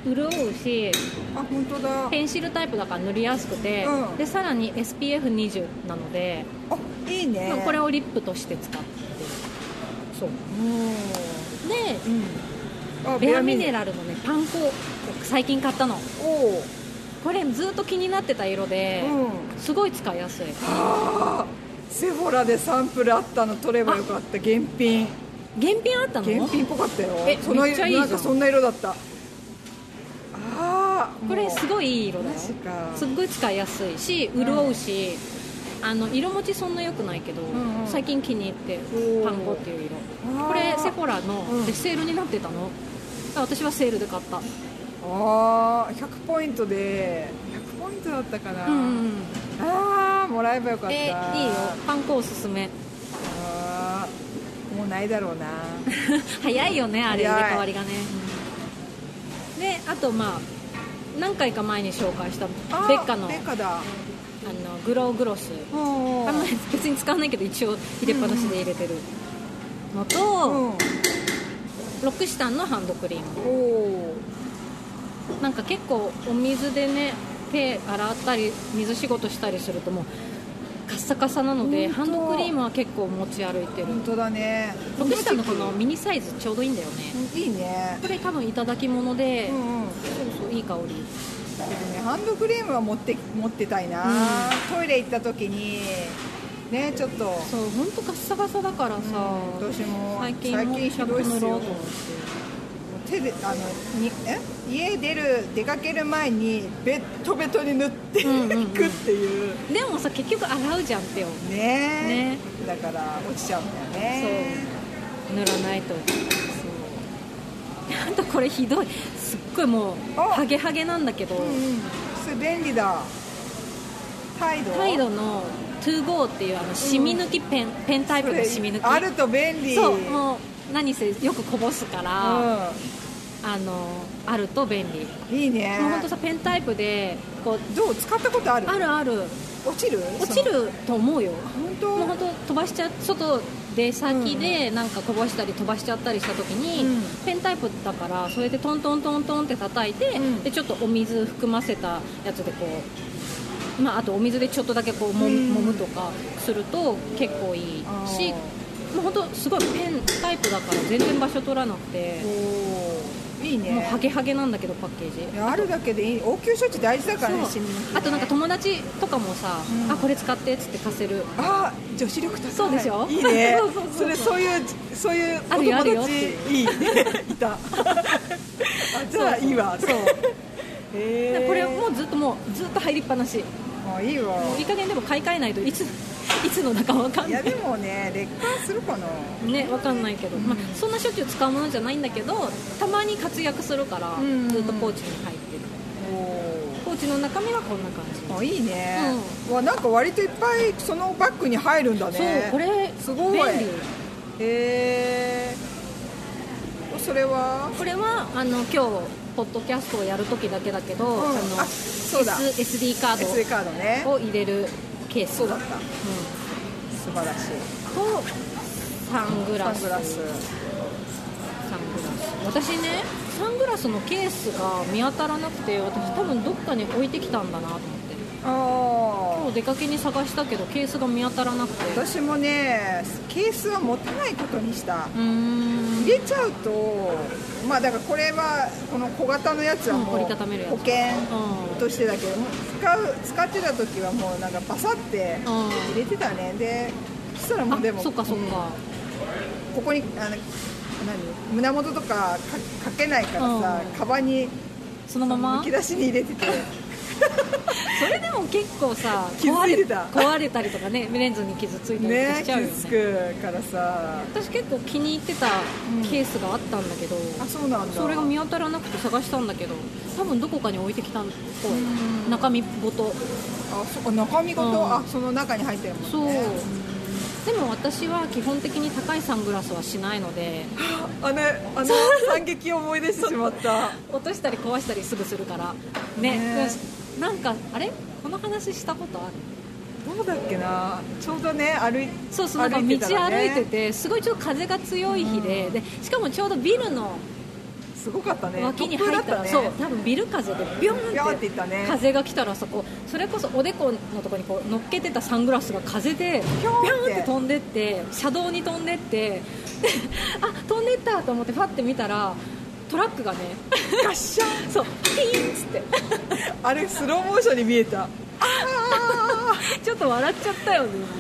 B: 潤うし
A: あ本当だ
B: ペンシルタイプだから塗りやすくて、
A: うん
B: でさらに SPF20 なので、
A: あいいね
B: まあこれをリップとして使ってそう
A: うん
B: で
A: あ
B: ベアミネラルのねパン粉を最近買ったの
A: おおー
B: これずっと気になってた色で、
A: う
B: すごい使いやすい
A: セフォラでサンプルあったの取ればよかった現品
B: 原品あったの
A: 現品っぽかったよ
B: え
A: その
B: めっちゃいいじゃん
A: なんかそんな色だったああー
B: これ
A: もう
B: すごいいい色だよ
A: マジか
B: すっごい使いやすいし潤うし、あの色持ちそんな良くないけど、
A: んうん
B: 最近気に入って
A: おー
B: パン粉っていう色
A: あー
B: これセフォラの、
A: うん
B: でセールになってたのだから私はセールで買った
A: あー100ポイントで100ポイントだったかな、
B: うんうんうん
A: ああもらえばよかった
B: えいいよパン粉おすすめ *laughs*
A: あーもうないだろうな
B: 早いよねあれ入
A: 早い
B: れ替わりがねであとまあ何回か前に紹介した
A: あー
B: ベッカのあ
A: ベッカだ
B: のグローグロス
A: うん
B: あんまり別に使わないけど一応入れっぱなしで入れてるのと、
A: うん
B: ロックシタンのハンドクリーム
A: おお
B: なんか結構お水でね手洗ったり水仕事したりするともうカッサカサなのでハ
A: 本
B: ン
A: 当
B: ドクリームは結構持ち歩いてる
A: 本当だね
B: ロケさんのこのミニサイズちょうどいいんだよね
A: いいね
B: これ多分いただき物で、
A: うんうん
B: そうそういい香
A: で
B: り
A: もねハンドクリームは持って持ってたいな、トイレ行った時にねちょっと
B: そう本当カッサカサだからさ、
A: うん私も
B: 最近
A: 最
B: も
A: 近ひどいっすよ
B: 塗ろうと思って
A: 手であのにえ家出る出かける前にベットベトに塗ってい
B: うんうん
A: *laughs*
B: うん
A: くっていう、
B: でもさ結局洗うじゃんってよ
A: ね
B: ね
A: だから落ちちゃうんだよね
B: 塗らないとあとこれひどいすっごいもう
A: あ
B: ハゲハゲなんだけど、
A: うんうんそれ便利だ態度
B: タイドの 2GO っていうあの染み抜きペン、ペンタイプの染み抜き
A: あると便利
B: そうもう何せよくこぼすから、あのあると便利
A: うん、いいね
B: もうほんとさペンタイプでこう
A: どう使ったことある
B: あるある
A: 落ちる
B: 落ちると思うよ
A: 本
B: も
A: 当
B: う本当飛ばしちゃ外出先でなんかこぼしたり飛ばしちゃったりした時に、
A: うん
B: ペンタイプだからそれでトントントントンって叩いて、
A: うん
B: でちょっとお水含ませたやつでこう、まあ、あとお水でちょっとだけこうも
A: うん
B: 揉むとかすると結構いい
A: あー
B: しもう本当すごいペンタイプだから全然場所取らなくて、
A: おーいい
B: もう
A: ね
B: ハゲハゲなんだけどパッケージ
A: いやあるだけでいい応急処置大事だからね
B: そう
A: 染み抜きね
B: あとなんか友達とかもさ、
A: うん
B: あこれ使ってっつって貸せる
A: あ女子力高い
B: そうでしょ
A: いいね
B: そうそうそうそう
A: それそういうそういうお
B: あるよある
A: 友
B: よ
A: 達いいい
B: *laughs*
A: たあじゃあいいわ
B: そう
A: へ
B: で
A: ー
B: これもうずっともうずっと入りっぱなしも
A: あいいわ
B: ういい加減でも買い替えないといつ *laughs* いつのだかわか
A: い
B: んな
A: や
B: い
A: でもね劣化するかな
B: ねわかんないけど、まあ、そんなしょっちゅう使うものじゃないんだけどたまに活躍するから
A: うんうんうん
B: ずっとポーチに入ってる
A: お
B: ポーチの中身はこんな感じ、
A: ーあいいね、わなんか割といっぱいそのバッグに入るんだね
B: そうこれ
A: すごい
B: 便利
A: へえそれは
B: これはあの今日ポッドキャストをやる時だけだけど、
A: ん
B: あの
A: あそうだ
B: S SD カ
A: SD
B: ー
A: カードね
B: ドを入れるケース
A: そうだった
B: う
A: 素晴らしい
B: んとサング
A: サ
B: ラ
A: ン
B: ス
A: グラス
B: サングラス私ねサングラスのケースが見当たらなくて私多分どっかに置いてきたんだなと思って今
A: ああ
B: 日出かけに探したけどケースが見当たらなくてう
A: 私もねケースは持たないことにした
B: ーん
A: 入れちゃうとまあだからこれはこの小型のやつはも
B: うん折
A: う
B: りたためるやつ
A: 保険
B: うん
A: としてだけど使う使ってた時はもうなんかバサって
B: うん
A: 入れてたねでそしたらもうでも
B: あそっかそっか
A: ここにあの何胸元とかかかけないからさ、
B: うん
A: カバンに
B: そのまま
A: むき出しに入れてて
B: *laughs* それでも結構さ
A: 傷ついてた
B: 壊れ壊れたりとかねレンズに傷ついたりとか
A: ね
B: しちゃうよ
A: 傷
B: ね
A: つくからさ
B: 私結構気に入ってたケースがあったんだけど、
A: あそうなんだ
B: それが見当たらなくて探したんだけど多分どこかに置いてきたっぽい中身ごと
A: あそあ中身ごと、
B: うん
A: あその中に入ってるもんね
B: そうでも私は基本的に高いサングラスはしないので
A: あのあの惨劇を思い出してしまった
B: 落としたり壊したりすぐするからね
A: ね
B: なんかあれこの話したことある
A: どうだっけなちょうどね歩い
B: そうそうなんか道
A: 歩いてたらね
B: 歩いててすごいちょっと風が強い日で,、でしかもちょうどビルの
A: すごかったね
B: 脇に入ったら、
A: 突風
B: そ
A: だ
B: う
A: ね
B: 多分ビル風でビョ
A: ビョー
B: ン
A: ンっ
B: っ
A: て
B: て
A: いったね
B: 風が来たらそこそれこそおでこのとこにこう乗っけてたサングラスが風でビョ
A: ョーンって
B: ーンって飛んでって車道に飛んでってであ飛んでったと思ってパッて見たらトラックがね
A: ガッシャン
B: *laughs* そうピーンっつって
A: あれスローモーションに見えた
B: *laughs* ちょっと笑っちゃったよね今ね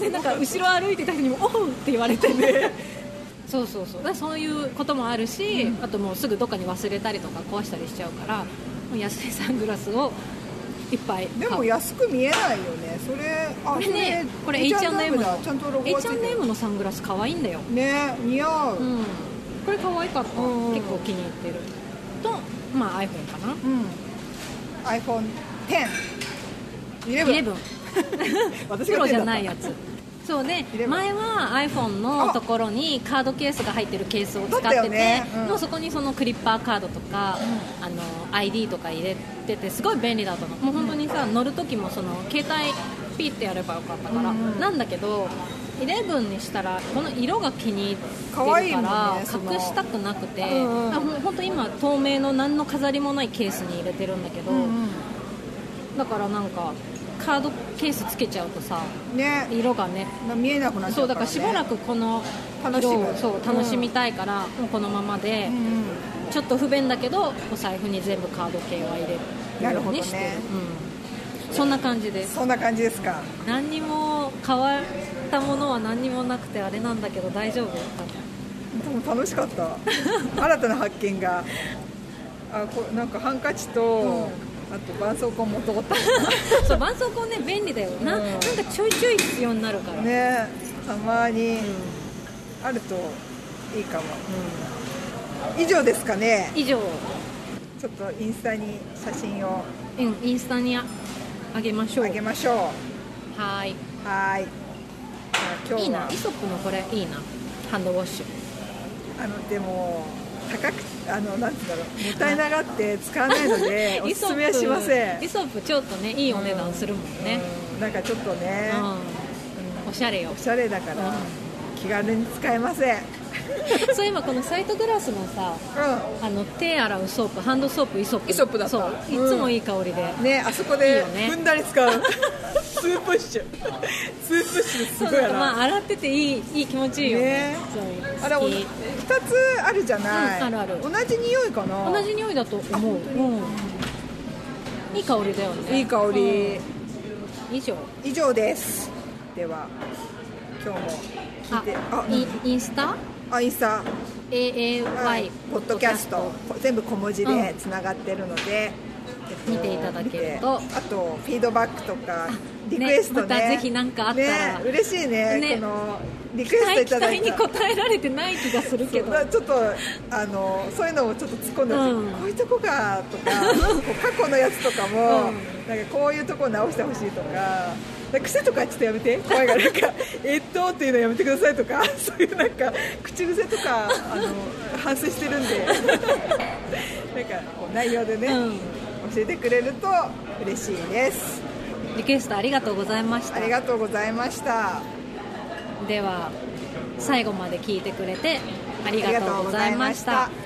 B: でなんか後ろ歩いてた人にも「おう!」って言われてね *laughs* そうそうそうだからそういうこともあるし、あともうすぐどっかに忘れたりとか壊したりしちゃうからもう安いサングラスをいっぱい買う
A: でも安く見えないよねそれあ
B: これねこれ
A: H&M
B: H&M の
A: だちゃんとロゴがついて
B: H&M
A: る
B: のサングラス可愛いんだよ、
A: ね似合う、
B: うん、これ可愛かった、
A: うんうん
B: 結構気に入ってると、まあ、iPhone かな
A: うん、iPhone1011
B: 11
A: 私
B: プ
A: が
B: ロ
A: 10だ
B: じゃ
A: った
B: ないやつそうで
A: 11
B: 前は iPhone のところにカードケースが入ってるケースを使って、
A: だってたよねうん
B: もうそこにそのクリッパーカードとか、あの ID とか入れててすごい便利だったのもう本当にさ乗る時もその携帯ピッてやればよかったから、
A: うんうん
B: なんだけど11にしたらこの色が気に入ってる
A: 可
B: から
A: 愛いもんねその
B: 隠したくなくて、
A: うんうん
B: 本当今透明の何の飾りもないケースに入れてるんだけど、
A: うんうん
B: だからなんかカードケースつけちゃうとさ
A: ね
B: 色がね
A: な見えなくなっち
B: そ
A: ゃ
B: う
A: うか
B: だ
A: ら、
B: か
A: ね、
B: らしばらくこの
A: 楽し
B: 色
A: む
B: をそう楽しみたいから、もうこのままで、
A: うんうん
B: ちょっと不便だけどお財布に全部カード系は入れる
A: なるほどね
B: ようにしてるうん、そんな感じです
A: そんな感じですか
B: 何にも変わったものは何にもなくてあれなんだけど大丈夫
A: でも楽しかった
B: *laughs*
A: 新たな発見があこなんかハンカチと、あと絆創膏持っとこうと
B: *laughs*
A: 思っ
B: そう絆創膏ね便利だよな,、
A: うん
B: なんかちょいちょい必要になるから
A: たねたまに
B: うんうん
A: あるといいかも以上ですかね
B: 以上、
A: ちょっとインスタに写真を
B: うん、インスタにあげましょう
A: あげましょう
B: はーい
A: はーいじゃあ今日はい
B: いなイソップのこれいいなハンドウォッシュ
A: あのでも高くあのなんて言うんだろうもったいながって使わないの
B: *laughs*
A: でお
B: イ
A: す
B: ソッ
A: す
B: プ
A: めはしません
B: イソップちょっとねいいお値段するもんね、
A: うんなんかちょっとね、
B: うんおしゃれよ *laughs*
A: おしゃれだから、
B: うん
A: 気軽に使えませんうん
B: そういえばこのサイトグラスもさあの手洗うソープハンドソープイソップ
A: イソップだった
B: そういつもいい香りで、
A: ねあそこ
B: いい
A: で
B: よね
A: 踏んだり使
B: *laughs*
A: うツープッシュツープッシュす
B: そう
A: ごいな
B: なんかまあ洗ってていいいい気持ちいいよね
A: ね
B: そう
A: あれ
B: 好
A: お
B: き
A: 2つあるじゃない、
B: うんあるある
A: 同じ匂いかな
B: 同じ匂いだと思う、うん、いい香りだよね
A: いい香り、
B: うん以上
A: 以上ですでは今日も聞い
B: あ
A: てあ
B: イインスタ
A: あインスタ
B: AAY
A: ポッドキャスト全部小文字で
B: うん
A: つながってるので、えっと
B: 見ていただけると
A: 見てあとフィードバックとかリク
B: ね
A: エストね
B: またぜひなんかあったら
A: ね嬉しいね
B: ね
A: このリクエストい
B: 期
A: ただ
B: 待
A: い
B: に
A: た
B: 応えられてない気がするけど
A: だからちょっとあのそういうのもちょっと突っ込んで、
B: うん
A: こういうとこかと
B: *laughs*
A: かこう過去のやつとかも、
B: うん
A: なんかこういうとこ直してほしいとかなんか癖とかちょっとやめて怖いから
B: *laughs*
A: なんかえっとっていうのやめてくださいとか *laughs* そういうなんか口癖とかあの反省してるんで *laughs* なんかこう内容でね、
B: うん
A: 教えてくれると嬉しいです
B: リクエストありがとうございました
A: ありがとうございました
B: では最後まで聞いてくれてありがとうございまし
A: ありがとうございましたた